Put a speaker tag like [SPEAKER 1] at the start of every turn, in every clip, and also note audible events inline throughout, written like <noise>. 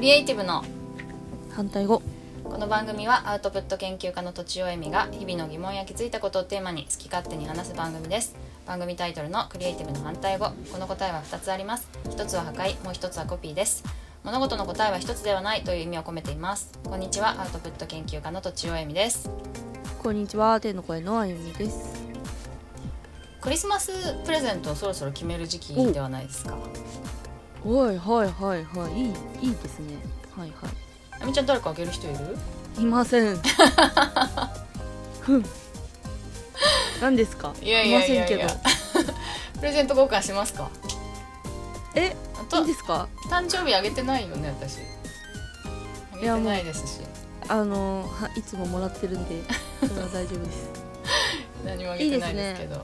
[SPEAKER 1] イティブの
[SPEAKER 2] 反対語
[SPEAKER 1] この番組はアウトプット研究家のとちおえみが日々の疑問や気づいたことをテーマに好き勝手に話す番組です番組タイトルのクリエイティブの反対語この答えは2つあります一つは破壊もう一つはコピーです物事の答えは一つではないという意味を込めていますこんにちはアウトプット研究家のとちおえみです
[SPEAKER 2] こんにちは天の声のあゆみです
[SPEAKER 1] クリスマスプレゼントをそろそろ決める時期ではないですか
[SPEAKER 2] はいはいはいはいいいいいですねはいは
[SPEAKER 1] あみちゃん誰かあげる人いる
[SPEAKER 2] いいま <laughs> せんふん何ですか
[SPEAKER 1] いやいやいやいや
[SPEAKER 2] ません
[SPEAKER 1] <laughs> プレゼント交換しますか
[SPEAKER 2] けどえ
[SPEAKER 1] あ
[SPEAKER 2] い
[SPEAKER 1] と
[SPEAKER 2] いですか
[SPEAKER 1] 誕生日あげてないよね私あげ
[SPEAKER 2] いや
[SPEAKER 1] て
[SPEAKER 2] もう
[SPEAKER 1] ないですし
[SPEAKER 2] あのはいつももらってるんでそれは大丈夫です <laughs>
[SPEAKER 1] 何もあげてないですけど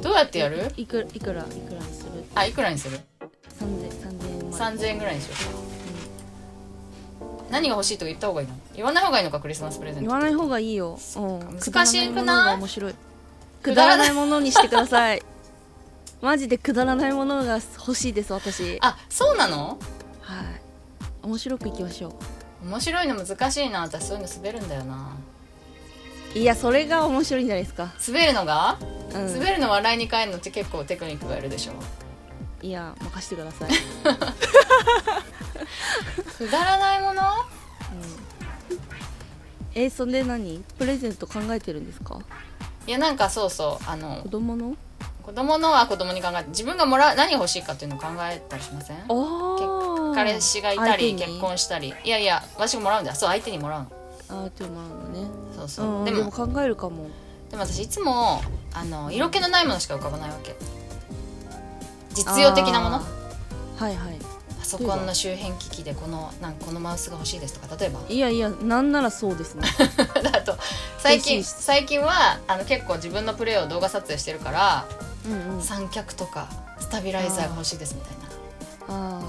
[SPEAKER 1] どうやってやる
[SPEAKER 2] いくいくらいくらにする
[SPEAKER 1] あいくらにする
[SPEAKER 2] 三千三千円まで
[SPEAKER 1] 3000円ぐらいにしようか何が欲しいとか言った方がいいの言わない方がいいのかクリスマスプレゼン
[SPEAKER 2] 言
[SPEAKER 1] ト
[SPEAKER 2] わない方がいいよ、うん、
[SPEAKER 1] 難しくない
[SPEAKER 2] くだらものが面白い
[SPEAKER 1] くだ
[SPEAKER 2] くだ
[SPEAKER 1] ら
[SPEAKER 2] ら
[SPEAKER 1] な
[SPEAKER 2] ないいものにしてくださいマジでくだらないものが欲しいです私
[SPEAKER 1] あそうなの
[SPEAKER 2] はい面白くいきましょ
[SPEAKER 1] 面白いの難しいな私そういうの滑るんだよな
[SPEAKER 2] ういやそれが面白いんじゃないですか、
[SPEAKER 1] 滑るのが、
[SPEAKER 2] うん、
[SPEAKER 1] 滑るの笑いに変えるのって結構テクニックがいるでし
[SPEAKER 2] <laughs>
[SPEAKER 1] ょ
[SPEAKER 2] いや任せてください、 <laughs>
[SPEAKER 1] くだらないもの
[SPEAKER 2] えそんで何プレゼント考えてるんですか
[SPEAKER 1] いやなんかそうそうあの
[SPEAKER 2] 子供の
[SPEAKER 1] 子供のは子供に考えて自分がもらう何欲しいかっていうのを考えたりしません
[SPEAKER 2] ああ
[SPEAKER 1] 彼氏がいたり
[SPEAKER 2] 相手に
[SPEAKER 1] 結婚したりいやいや私がもらうんだよそう相手にもらうの
[SPEAKER 2] あー手もあるのね
[SPEAKER 1] そうそう、
[SPEAKER 2] うん
[SPEAKER 1] で
[SPEAKER 2] で
[SPEAKER 1] も
[SPEAKER 2] も
[SPEAKER 1] でも
[SPEAKER 2] 考えるかも
[SPEAKER 1] 私いつもあの色気のないものしか浮かばないわけ実用的なもの
[SPEAKER 2] あーはいはい
[SPEAKER 1] パソコンの周辺機器でこのなんかこのマウスが欲しいですとか例えば <laughs>
[SPEAKER 2] いやいやなんならそうですね
[SPEAKER 1] あと最近
[SPEAKER 2] 欲しい
[SPEAKER 1] 最近はあの結構自分のプレーを動画撮影してるから、
[SPEAKER 2] うんうん
[SPEAKER 1] 三脚とかスタビライザーが欲しいですみたい
[SPEAKER 2] あ
[SPEAKER 1] な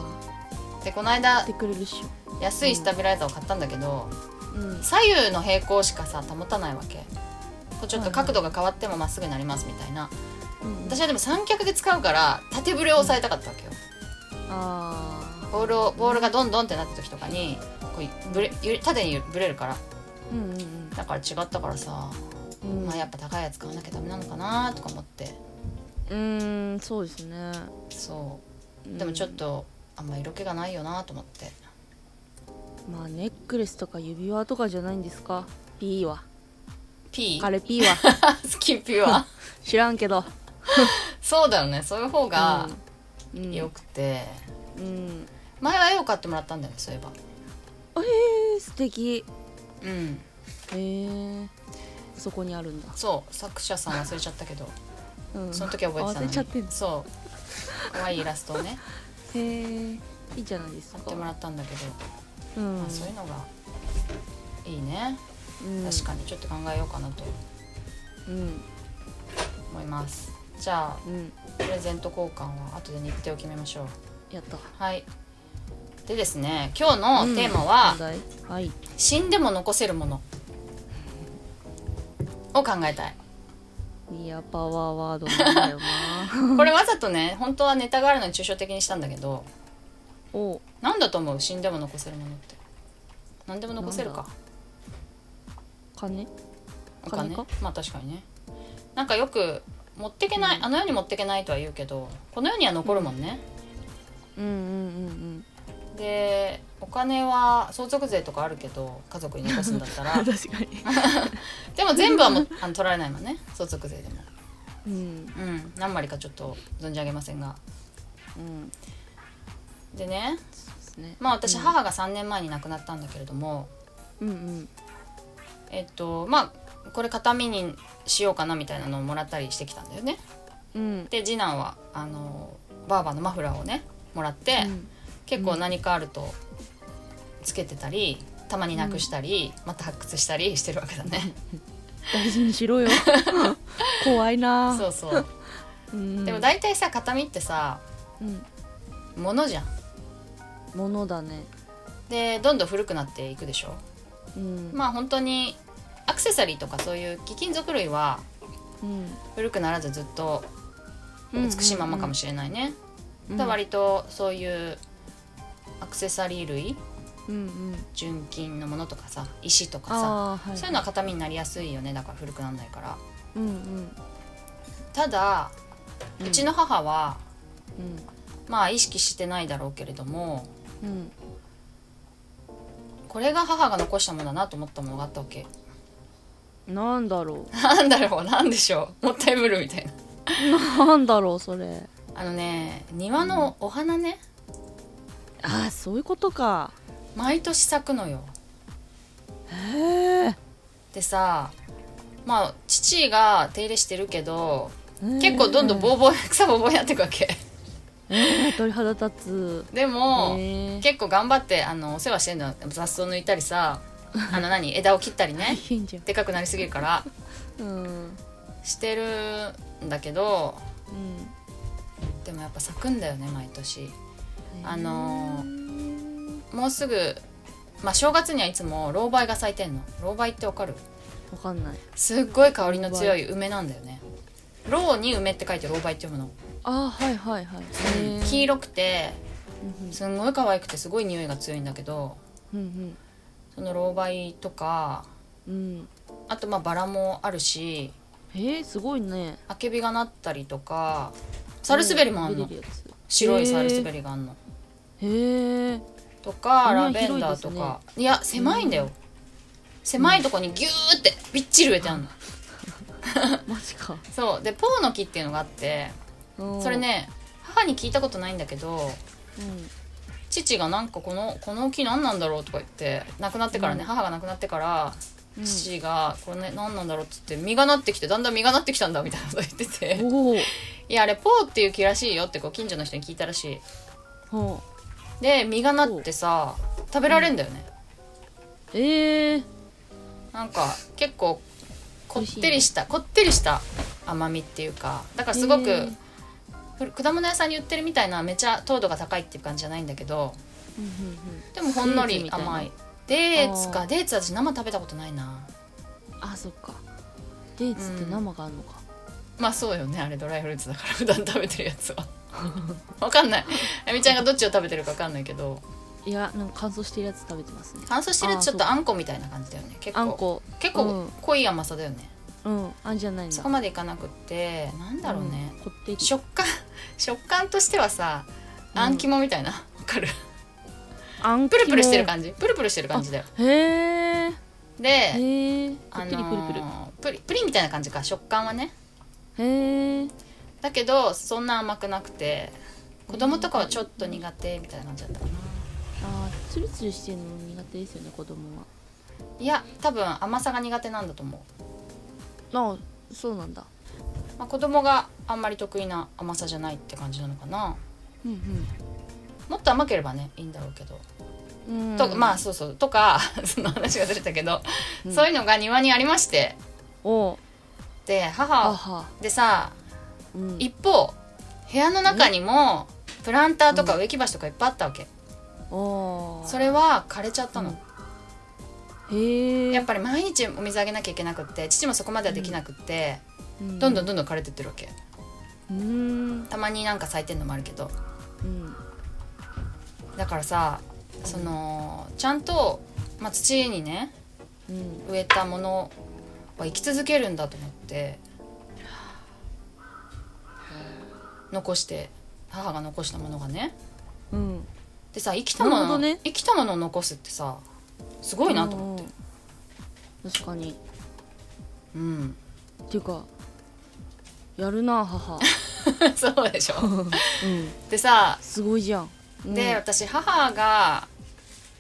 [SPEAKER 1] でこの
[SPEAKER 2] あ
[SPEAKER 1] 間
[SPEAKER 2] てくれるっし
[SPEAKER 1] 安いスタビライザーを買ったんだけど、
[SPEAKER 2] ょうん
[SPEAKER 1] 左右の平行しかさ保たないわけこうちょっと角度が変わってもまっすぐになりますみたいな
[SPEAKER 2] うん
[SPEAKER 1] 私はでも三脚で使うから縦ブレを抑えたかったわけよ
[SPEAKER 2] あ
[SPEAKER 1] ボールをボールがどんどんってなった時とかにこうブレゆれ縦にブレるから
[SPEAKER 2] あうんうん
[SPEAKER 1] だから違ったからさ、
[SPEAKER 2] うんうん
[SPEAKER 1] まあやっぱ高いやつ買わなきゃダメなのかなとか思って
[SPEAKER 2] うーんそうですね
[SPEAKER 1] そうでもちょっ、とあんま色気がないよなと思って
[SPEAKER 2] うんまあネックレスとか指輪とかじゃないんですか P は
[SPEAKER 1] P
[SPEAKER 2] あれ P
[SPEAKER 1] <laughs>
[SPEAKER 2] は
[SPEAKER 1] スキンピは
[SPEAKER 2] 知らんけど
[SPEAKER 1] そうだよねそういう方が
[SPEAKER 2] うん、うん
[SPEAKER 1] 良くて、
[SPEAKER 2] うん、
[SPEAKER 1] 前は絵を買ってもらったんだよねそういえば
[SPEAKER 2] えー、素敵
[SPEAKER 1] うん
[SPEAKER 2] えー、そこにあるんだ、
[SPEAKER 1] そう作者さん忘れちゃったけど
[SPEAKER 2] うん、
[SPEAKER 1] その時は覚えてたの
[SPEAKER 2] 忘
[SPEAKER 1] に
[SPEAKER 2] れちゃってん
[SPEAKER 1] そう可愛いイラストをね
[SPEAKER 2] へーいいじゃないですか
[SPEAKER 1] 買ってもらったんだけど、
[SPEAKER 2] うん
[SPEAKER 1] まあ、そういうのがいいね、
[SPEAKER 2] うん
[SPEAKER 1] 確かにちょっと考えようかなと
[SPEAKER 2] うん
[SPEAKER 1] 思いますじゃあ
[SPEAKER 2] うん
[SPEAKER 1] プレゼント交換は後で日程を決めましょう
[SPEAKER 2] やった
[SPEAKER 1] はいでですね今日のテーマ
[SPEAKER 2] う
[SPEAKER 1] は
[SPEAKER 2] ん問、題はい
[SPEAKER 1] 死んでも残せるものを考えたい
[SPEAKER 2] いやパワーワードなんだよ
[SPEAKER 1] <laughs>
[SPEAKER 2] な
[SPEAKER 1] これわざとね本当はネタがあるのに抽象的にしたんだけど
[SPEAKER 2] お
[SPEAKER 1] なんだと思う死んでも残せるものって何でも残せるか
[SPEAKER 2] 金
[SPEAKER 1] お金
[SPEAKER 2] 金か
[SPEAKER 1] まあ確かにねなんかよく持ってけない、あの世に持ってけないとは言うけどこの世には残るもんね、
[SPEAKER 2] うんうんうんうん
[SPEAKER 1] でお金は相続税とかあるけど家族に残すんだったら
[SPEAKER 2] <laughs> 確か
[SPEAKER 1] でも全部はもうあの取られないもんね相続税でも
[SPEAKER 2] にうん
[SPEAKER 1] うん何割かちょっと存じ上げませんが
[SPEAKER 2] うん
[SPEAKER 1] でね
[SPEAKER 2] そうですね
[SPEAKER 1] まあ私
[SPEAKER 2] うん
[SPEAKER 1] 母が3年前に亡くなったんだけれども、
[SPEAKER 2] うんうん
[SPEAKER 1] えっとまあこれ形見にしようかなみたいなのをもらったりしてきたんだよね
[SPEAKER 2] うん
[SPEAKER 1] で次男はあのバーバーのマフラーをねもらって、
[SPEAKER 2] うん
[SPEAKER 1] 結構何かあるとつけてたりたまになくしたり、また発掘したりしてるわけだね
[SPEAKER 2] 大事にしろよ <laughs> 怖いな
[SPEAKER 1] そうそう
[SPEAKER 2] う、ん、
[SPEAKER 1] でも大体さ形見ってさ
[SPEAKER 2] うん、
[SPEAKER 1] 物じゃん
[SPEAKER 2] ものだね
[SPEAKER 1] でどんどん古くなっていくでしょ
[SPEAKER 2] うん、
[SPEAKER 1] まあ本当にアクセサリーとかそういう貴金属類は
[SPEAKER 2] うん、
[SPEAKER 1] 古くならずずっと美しいままかもしれないね、
[SPEAKER 2] うん
[SPEAKER 1] だ割とそういうアクセサリー類
[SPEAKER 2] うんうん
[SPEAKER 1] 純金のものとかさ石とかさ
[SPEAKER 2] ああはい
[SPEAKER 1] そういうのは形見になりやすいよねだから古くなんないから
[SPEAKER 2] うんうん
[SPEAKER 1] ただうちの母は、
[SPEAKER 2] うん
[SPEAKER 1] まあ意識してないだろうけれども
[SPEAKER 2] うん
[SPEAKER 1] これが母が残したものだなと思ったものがあったわけ <laughs>
[SPEAKER 2] なんだろ
[SPEAKER 1] なんだろうなんでしょうもったいぶるみたいな
[SPEAKER 2] うなんだろうそれ
[SPEAKER 1] あのね庭のお花ね
[SPEAKER 2] ああそういうことか
[SPEAKER 1] 毎年咲くのよ
[SPEAKER 2] へえ
[SPEAKER 1] でさまあ父が手入れしてるけど結構どんどんボーボー草ボーボーになっていくわけ <laughs>
[SPEAKER 2] えー鳥肌立つ
[SPEAKER 1] でも、
[SPEAKER 2] へー
[SPEAKER 1] 結構頑張ってあのお世話してるの雑草抜いたりさあの何枝を切ったりね
[SPEAKER 2] いいんじゃん
[SPEAKER 1] でかくなりすぎるから
[SPEAKER 2] うん
[SPEAKER 1] してるんだけど
[SPEAKER 2] うん
[SPEAKER 1] でもやっぱ咲くんだよね毎年あのもうすぐまあ正月にはいつも老梅が咲いてんの老梅ってわかる
[SPEAKER 2] わかんない
[SPEAKER 1] すっごい香りの強い梅なんだよね老に梅って書いて老梅って読むの、
[SPEAKER 2] ああはいはいはい
[SPEAKER 1] 黄
[SPEAKER 2] 色
[SPEAKER 1] 色くてすんごい可愛くてすごい匂いが強いんだけど
[SPEAKER 2] うん
[SPEAKER 1] その老梅とか
[SPEAKER 2] うんうん
[SPEAKER 1] あとまあバラもあるし
[SPEAKER 2] えー、すごいね
[SPEAKER 1] あけびがなったりとかサルスベリもあん
[SPEAKER 2] 出
[SPEAKER 1] の
[SPEAKER 2] てるやつ
[SPEAKER 1] 白いサルスベリがあんの
[SPEAKER 2] へ
[SPEAKER 1] <laughs>
[SPEAKER 2] え
[SPEAKER 1] とか
[SPEAKER 2] 庭
[SPEAKER 1] ラベンダーとかい,、や狭いんだよ、
[SPEAKER 2] うん
[SPEAKER 1] 狭いとこにギューってびっちり植えてあんの、
[SPEAKER 2] マジか
[SPEAKER 1] そうでポーの木っていうのがあって
[SPEAKER 2] そ
[SPEAKER 1] それね母に聞いたことないんだけど
[SPEAKER 2] うん
[SPEAKER 1] 父がなんかこのこの木何なんだろうとか言って亡くなってからね、
[SPEAKER 2] うん
[SPEAKER 1] 母が亡くなってから
[SPEAKER 2] うん
[SPEAKER 1] 父がこれ、ね、何なんだろうって言って実がなってきてだんだん実がなってきたんだみたいなこと言ってて
[SPEAKER 2] おお
[SPEAKER 1] いやあれポーっていう木らしいよってこう近所の人に聞いたらしい
[SPEAKER 2] ほ
[SPEAKER 1] で実がなってさ食べられんだよね、
[SPEAKER 2] うえー、
[SPEAKER 1] なんか結構こってりしたこってりした甘みっていうかだからすごく、
[SPEAKER 2] へー
[SPEAKER 1] ふる果物屋さんに売ってるみたいなめちゃ糖度が高いっていう感じじゃないんだけど
[SPEAKER 2] うんうんうん
[SPEAKER 1] でもほんのり甘いデーツ
[SPEAKER 2] あ
[SPEAKER 1] か
[SPEAKER 2] ー
[SPEAKER 1] デーツ私生食べたことないな
[SPEAKER 2] あそっかデーツって生があるのか、
[SPEAKER 1] まあそうよねあれドライフルーツだから普段食べてるやつは <laughs> わかんないあゆみちゃんがどっちを食べてるかわかんないけど
[SPEAKER 2] いやなんか乾燥してるやつ食べてますね
[SPEAKER 1] 乾燥してるやつちょっ
[SPEAKER 2] あ
[SPEAKER 1] と
[SPEAKER 2] ー
[SPEAKER 1] あんこみたいな感じだよね結
[SPEAKER 2] あん
[SPEAKER 1] 構
[SPEAKER 2] こ
[SPEAKER 1] 結
[SPEAKER 2] う
[SPEAKER 1] 構
[SPEAKER 2] ん
[SPEAKER 1] 濃い甘さだよね、
[SPEAKER 2] うんあんじゃないんだ
[SPEAKER 1] そこまでいかなくってなんだろうね、
[SPEAKER 2] んこってり
[SPEAKER 1] 食感食感としてはさあん肝みたいな、わかる
[SPEAKER 2] あん
[SPEAKER 1] プルプルしてる
[SPEAKER 2] か
[SPEAKER 1] 感じプルプルしてる感じだよ
[SPEAKER 2] へえ
[SPEAKER 1] で、
[SPEAKER 2] へえこ
[SPEAKER 1] あの
[SPEAKER 2] ってりプルプル
[SPEAKER 1] ープリプリンみたいな感じか食感はね
[SPEAKER 2] へえ
[SPEAKER 1] だけどそんな甘くなくて子供とかはちょっと苦手みたいな感じだったかな
[SPEAKER 2] あーツルツルしてるの苦手ですよね子供はい
[SPEAKER 1] や多分甘さが苦手なんだと思
[SPEAKER 2] あそうなんだ
[SPEAKER 1] う、まあ、子供があんまり得意な甘さじゃないって感じなのかな
[SPEAKER 2] うん
[SPEAKER 1] もっと甘ければねいいんだろうけど、
[SPEAKER 2] うん
[SPEAKER 1] とまあそうそうとか <laughs> その話がずれたけど、
[SPEAKER 2] うん
[SPEAKER 1] そういうのが庭にありまして
[SPEAKER 2] おう
[SPEAKER 1] で
[SPEAKER 2] あ
[SPEAKER 1] 母
[SPEAKER 2] は
[SPEAKER 1] でさ
[SPEAKER 2] うん
[SPEAKER 1] 一方部屋の中にもプランターとか植木鉢とかいっぱいあったわけ、
[SPEAKER 2] おー
[SPEAKER 1] それは枯れちゃったの、
[SPEAKER 2] へえ
[SPEAKER 1] やっぱり毎日お水あげなきゃいけなくって父もそこまではできなくって、どんどんどんどん枯れてってるわけ
[SPEAKER 2] うんうん
[SPEAKER 1] たまになんか咲いてんのもあるけど
[SPEAKER 2] うん
[SPEAKER 1] だからさそのちゃんと、まあ、土にね
[SPEAKER 2] うん
[SPEAKER 1] 植えたものは生き続けるんだと思って残して母が残したものがね
[SPEAKER 2] うん
[SPEAKER 1] でさ生きたも
[SPEAKER 2] なるほ
[SPEAKER 1] の、
[SPEAKER 2] どね
[SPEAKER 1] 生きたものを残すってさすごいなと思って
[SPEAKER 2] うん確かに
[SPEAKER 1] うん、 <laughs>
[SPEAKER 2] っていうかやるな
[SPEAKER 1] <laughs>
[SPEAKER 2] 母
[SPEAKER 1] そうでしょ
[SPEAKER 2] うん
[SPEAKER 1] でさ
[SPEAKER 2] すごいじゃん、うん、
[SPEAKER 1] で私母が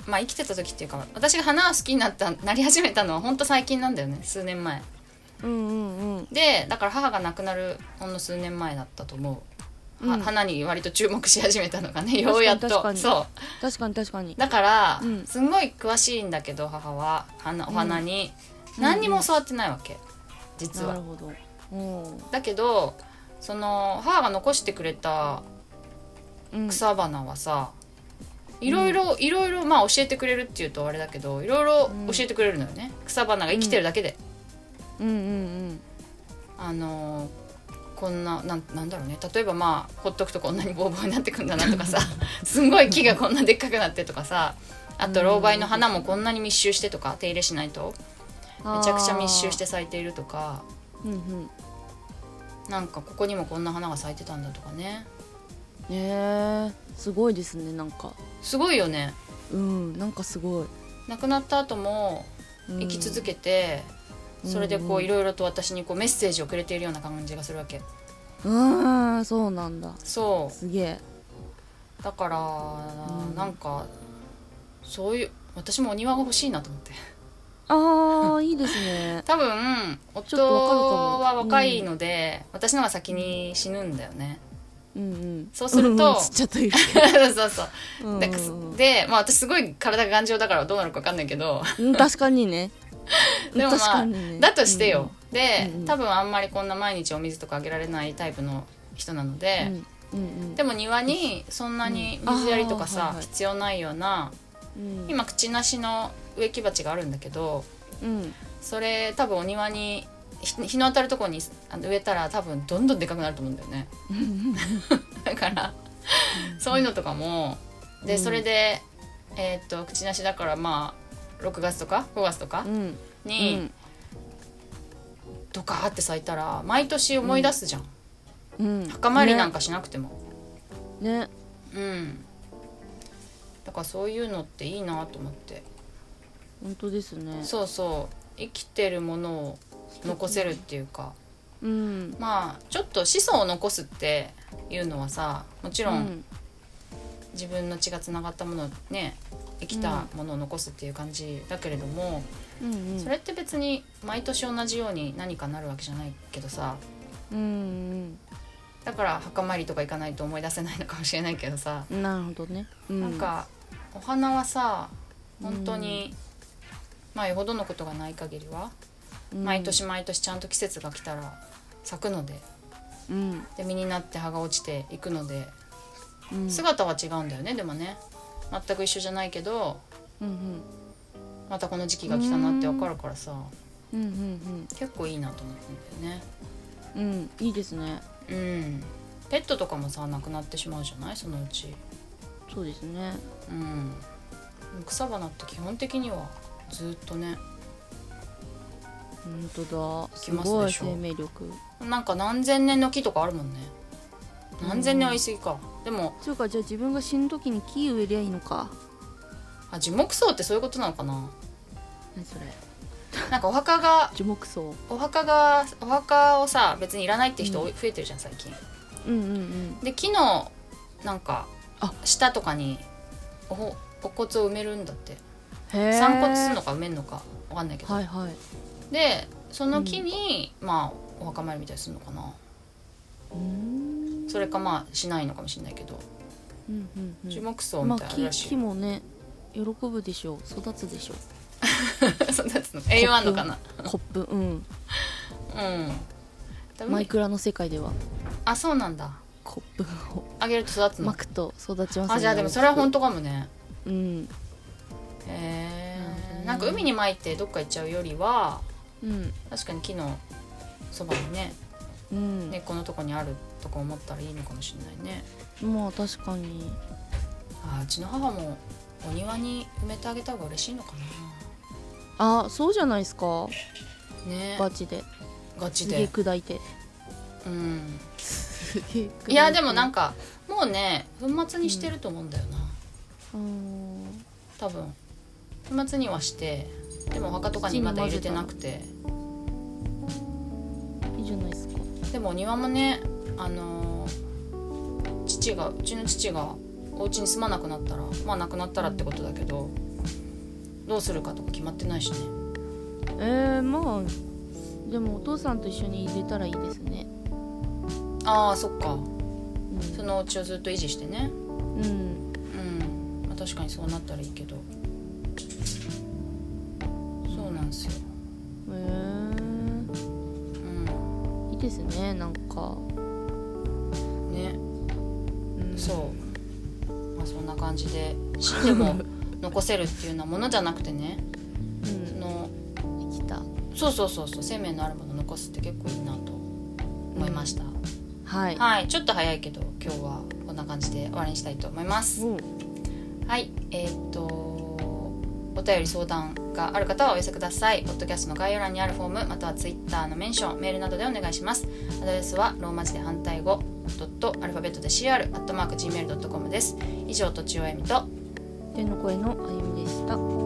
[SPEAKER 1] まあ生きてた時っていうか私が花を好きになったなり始めたのはほんと最近なんだよね数年前
[SPEAKER 2] うんうんうん
[SPEAKER 1] でだから母が亡くなるほんの数年前だったと思う、は
[SPEAKER 2] うん
[SPEAKER 1] 花に割と注目し始めたのがね
[SPEAKER 2] 確かに
[SPEAKER 1] ようやっと
[SPEAKER 2] 確かに
[SPEAKER 1] そう
[SPEAKER 2] 確かに確かに
[SPEAKER 1] だから、
[SPEAKER 2] うん
[SPEAKER 1] すんごい詳しいんだけど母は花お花に、
[SPEAKER 2] うん
[SPEAKER 1] 何にも教わってないわけ実
[SPEAKER 2] なる
[SPEAKER 1] は。
[SPEAKER 2] ほどうん
[SPEAKER 1] だけどその母が残してくれた
[SPEAKER 2] うん
[SPEAKER 1] 草花はさ、いろいろいろいろまあ教えてくれるっていうとあれだけどいろいろ
[SPEAKER 2] うん
[SPEAKER 1] 教えてくれるのよね草花が生きてるだけで、
[SPEAKER 2] うんうん
[SPEAKER 1] あのーこんななんなんだろうね例えばまあほっとくとこんなにボーボーになってくんだなとか
[SPEAKER 2] <laughs>
[SPEAKER 1] さすんごい木がこんなでっかくなってとかさあと老梅の花もこんなに密集してとか手入れしないとめちゃくちゃ密集して咲いているとか
[SPEAKER 2] うんうん
[SPEAKER 1] なんかここにもこんな花が咲いてたんだとかね
[SPEAKER 2] へえすごいですねなんか
[SPEAKER 1] すごいよね
[SPEAKER 2] うんなんかすごい、
[SPEAKER 1] 亡くなった後も
[SPEAKER 2] うん
[SPEAKER 1] 生き続けて、それでこ
[SPEAKER 2] うんう
[SPEAKER 1] うんいろいろと私にこうメッセージをくれているような感じがするわけ
[SPEAKER 2] うーんそうなんだ
[SPEAKER 1] そ
[SPEAKER 2] すげえ
[SPEAKER 1] うだから、
[SPEAKER 2] うん
[SPEAKER 1] なんかそういう私もお庭が欲しいなと思って
[SPEAKER 2] あ
[SPEAKER 1] <laughs>
[SPEAKER 2] ーいいですね
[SPEAKER 1] 多分
[SPEAKER 2] ち
[SPEAKER 1] 夫
[SPEAKER 2] ょっとわかるかも
[SPEAKER 1] は若いので、私の方が先に死ぬんだよね
[SPEAKER 2] うんうん
[SPEAKER 1] そうすると
[SPEAKER 2] んんちっちゃという
[SPEAKER 1] <laughs> そうそう、
[SPEAKER 2] うん
[SPEAKER 1] だからでまあ私すごい体が頑丈だからどうなるか分かんないけど
[SPEAKER 2] うん確かにね
[SPEAKER 1] <laughs> でも
[SPEAKER 2] 確
[SPEAKER 1] ま
[SPEAKER 2] か
[SPEAKER 1] あ、
[SPEAKER 2] にね
[SPEAKER 1] だとしてよ、で、
[SPEAKER 2] うんうん
[SPEAKER 1] 多分あんまりこんな毎日お水とかあげられないタイプの人なの
[SPEAKER 2] うん
[SPEAKER 1] で、
[SPEAKER 2] うんうん
[SPEAKER 1] でも庭にそんなに水やりとかさ、
[SPEAKER 2] うんあーはいはい
[SPEAKER 1] 必要ないような
[SPEAKER 2] うん
[SPEAKER 1] 今口なしの植木鉢があるんだけど
[SPEAKER 2] うん
[SPEAKER 1] それ多分お庭にひ日の当たるとこにあの植えたら多分どんどんでかくなると思うんだよねだからそういうのとかもで
[SPEAKER 2] うん
[SPEAKER 1] それで、えーっと口なしだからまあ6月とか5月とか
[SPEAKER 2] うん
[SPEAKER 1] に、ドカーって咲いたら毎年思い出すじゃん、
[SPEAKER 2] うん
[SPEAKER 1] 墓参りなん
[SPEAKER 2] か
[SPEAKER 1] かしなくても、
[SPEAKER 2] ねね
[SPEAKER 1] うんだからそういうのっていいなと思って
[SPEAKER 2] 本当ですね
[SPEAKER 1] そうそう生きてるものを残せるっていうか
[SPEAKER 2] うん
[SPEAKER 1] まあちょっと子孫を残すっていうのはさもちろ
[SPEAKER 2] うんん
[SPEAKER 1] 自分の血がつながったものをね生きたものを残すっていう感じだけれども、
[SPEAKER 2] うんうん
[SPEAKER 1] それって別に毎年同じように何かなるわけじゃないけどさ
[SPEAKER 2] うん
[SPEAKER 1] だから墓参りとか行かないと思い出せないのかもしれないけどさ
[SPEAKER 2] うんなるほどねな
[SPEAKER 1] なんかお花はさ本当に、まあよほどのことがない限りは、毎年毎年ちゃんと季節が来たら咲くので
[SPEAKER 2] うん
[SPEAKER 1] で実になって葉が落ちていくので
[SPEAKER 2] うん
[SPEAKER 1] 姿は違うんだよねでもね全く一緒じゃないけど
[SPEAKER 2] うんうん
[SPEAKER 1] またこの時期が来たなってわかるからさ
[SPEAKER 2] うんうん
[SPEAKER 1] 結構いいなと思ったんだよね
[SPEAKER 2] うんうんいいですね
[SPEAKER 1] うんペットとかもさなくなってしまうじゃないそのうち
[SPEAKER 2] そうですね
[SPEAKER 1] うん草花って基本的にはずっとね
[SPEAKER 2] 本当だす
[SPEAKER 1] きます
[SPEAKER 2] ご
[SPEAKER 1] で
[SPEAKER 2] い
[SPEAKER 1] しょ
[SPEAKER 2] 生命力
[SPEAKER 1] なんか何千年の木とかあるもんね何千年は言い過ぎか、でも
[SPEAKER 2] そうかじゃあ自分が死ぬ時に木植えりゃいいのか
[SPEAKER 1] あ樹木葬ってそういうことなのかな <laughs>
[SPEAKER 2] 何それ
[SPEAKER 1] なんかお墓が
[SPEAKER 2] 樹木葬
[SPEAKER 1] お墓がお墓をさ別にいらないって人多い増えてるじゃん最近
[SPEAKER 2] うんうんうん
[SPEAKER 1] で木のなんか
[SPEAKER 2] あ
[SPEAKER 1] 下とかにおほお骨を埋めるんだって
[SPEAKER 2] へえ
[SPEAKER 1] 散骨するのか埋めるのかわかんないけど、
[SPEAKER 2] はいはい
[SPEAKER 1] でその木に、まあお墓参りみたいにするのかな
[SPEAKER 2] うん
[SPEAKER 1] それかまあしないのかもしれないけど、
[SPEAKER 2] うんうんうん
[SPEAKER 1] 樹木葬
[SPEAKER 2] ま
[SPEAKER 1] み
[SPEAKER 2] あ
[SPEAKER 1] たいなのある
[SPEAKER 2] 木
[SPEAKER 1] らしい
[SPEAKER 2] 木
[SPEAKER 1] よ、
[SPEAKER 2] もね喜ぶでしょう育つでしょう
[SPEAKER 1] <laughs>
[SPEAKER 2] <laughs>
[SPEAKER 1] そうなんつうの栄養あんのかな
[SPEAKER 2] コップうん
[SPEAKER 1] うん
[SPEAKER 2] マイクラの世界では
[SPEAKER 1] あそうなんだ
[SPEAKER 2] コップを
[SPEAKER 1] あげると育つの
[SPEAKER 2] まくと育ちます
[SPEAKER 1] あじゃあでもそれは本当かもね
[SPEAKER 2] 当うん
[SPEAKER 1] へえ
[SPEAKER 2] なるほどね
[SPEAKER 1] なんか海にまいてどっか行っちゃうよりは
[SPEAKER 2] うん
[SPEAKER 1] 確かに木のそばにね
[SPEAKER 2] うん、
[SPEAKER 1] 根っこのとこにあるとか思ったらいいのかもしれないね
[SPEAKER 2] まあ確かに
[SPEAKER 1] あうちの母もお庭に埋めてあげた方が嬉しいのか
[SPEAKER 2] あそうじゃないですか
[SPEAKER 1] なね
[SPEAKER 2] バチで
[SPEAKER 1] ガチ
[SPEAKER 2] すげ
[SPEAKER 1] で
[SPEAKER 2] え砕いて
[SPEAKER 1] うん
[SPEAKER 2] すげえ砕
[SPEAKER 1] いやでもなん
[SPEAKER 2] か
[SPEAKER 1] かもうね粉末にしてると思うんだよな
[SPEAKER 2] うん
[SPEAKER 1] 多分粉末にはしてでもお墓とかにまだ入れてなくて
[SPEAKER 2] いいじゃないですか
[SPEAKER 1] でもお庭もねあのー父がうちの父がお家に住まなくなったらまあ亡くなったらってことだけどどうするかとか決まってないしね
[SPEAKER 2] えー、まあでもお父さんと一緒に入れたらいいですね
[SPEAKER 1] あーそっか
[SPEAKER 2] うん
[SPEAKER 1] そのお家をずっと維持してね
[SPEAKER 2] うん
[SPEAKER 1] うん、まあ、確かにそうなったらいいけどそうなんですよ
[SPEAKER 2] へ
[SPEAKER 1] う
[SPEAKER 2] えいいですねなんか、
[SPEAKER 1] んね
[SPEAKER 2] うん、
[SPEAKER 1] そうまあそんな感じで死んで
[SPEAKER 2] <laughs>
[SPEAKER 1] も残せるっていうようなものじゃなくてね
[SPEAKER 2] う
[SPEAKER 1] そ
[SPEAKER 2] ん
[SPEAKER 1] の
[SPEAKER 2] 生きた
[SPEAKER 1] そうそうそうそう生命のあるものを残すって結構いいなと思いました、
[SPEAKER 2] はい。
[SPEAKER 1] はいちょっと早いけど今日はこんな感じで終わりにしたいと思います
[SPEAKER 2] うん
[SPEAKER 1] はいえーっとお便り相談がある方はお寄せくださいポッドキャストの概要欄にあるフォームまたはツイッターのメンションメールなどでお願いしますアドレスはローマ字で反対語ドットアルファベットで CR アットマーク Gmail.com です以上とちおえみと
[SPEAKER 2] 天の声のあゆみでした。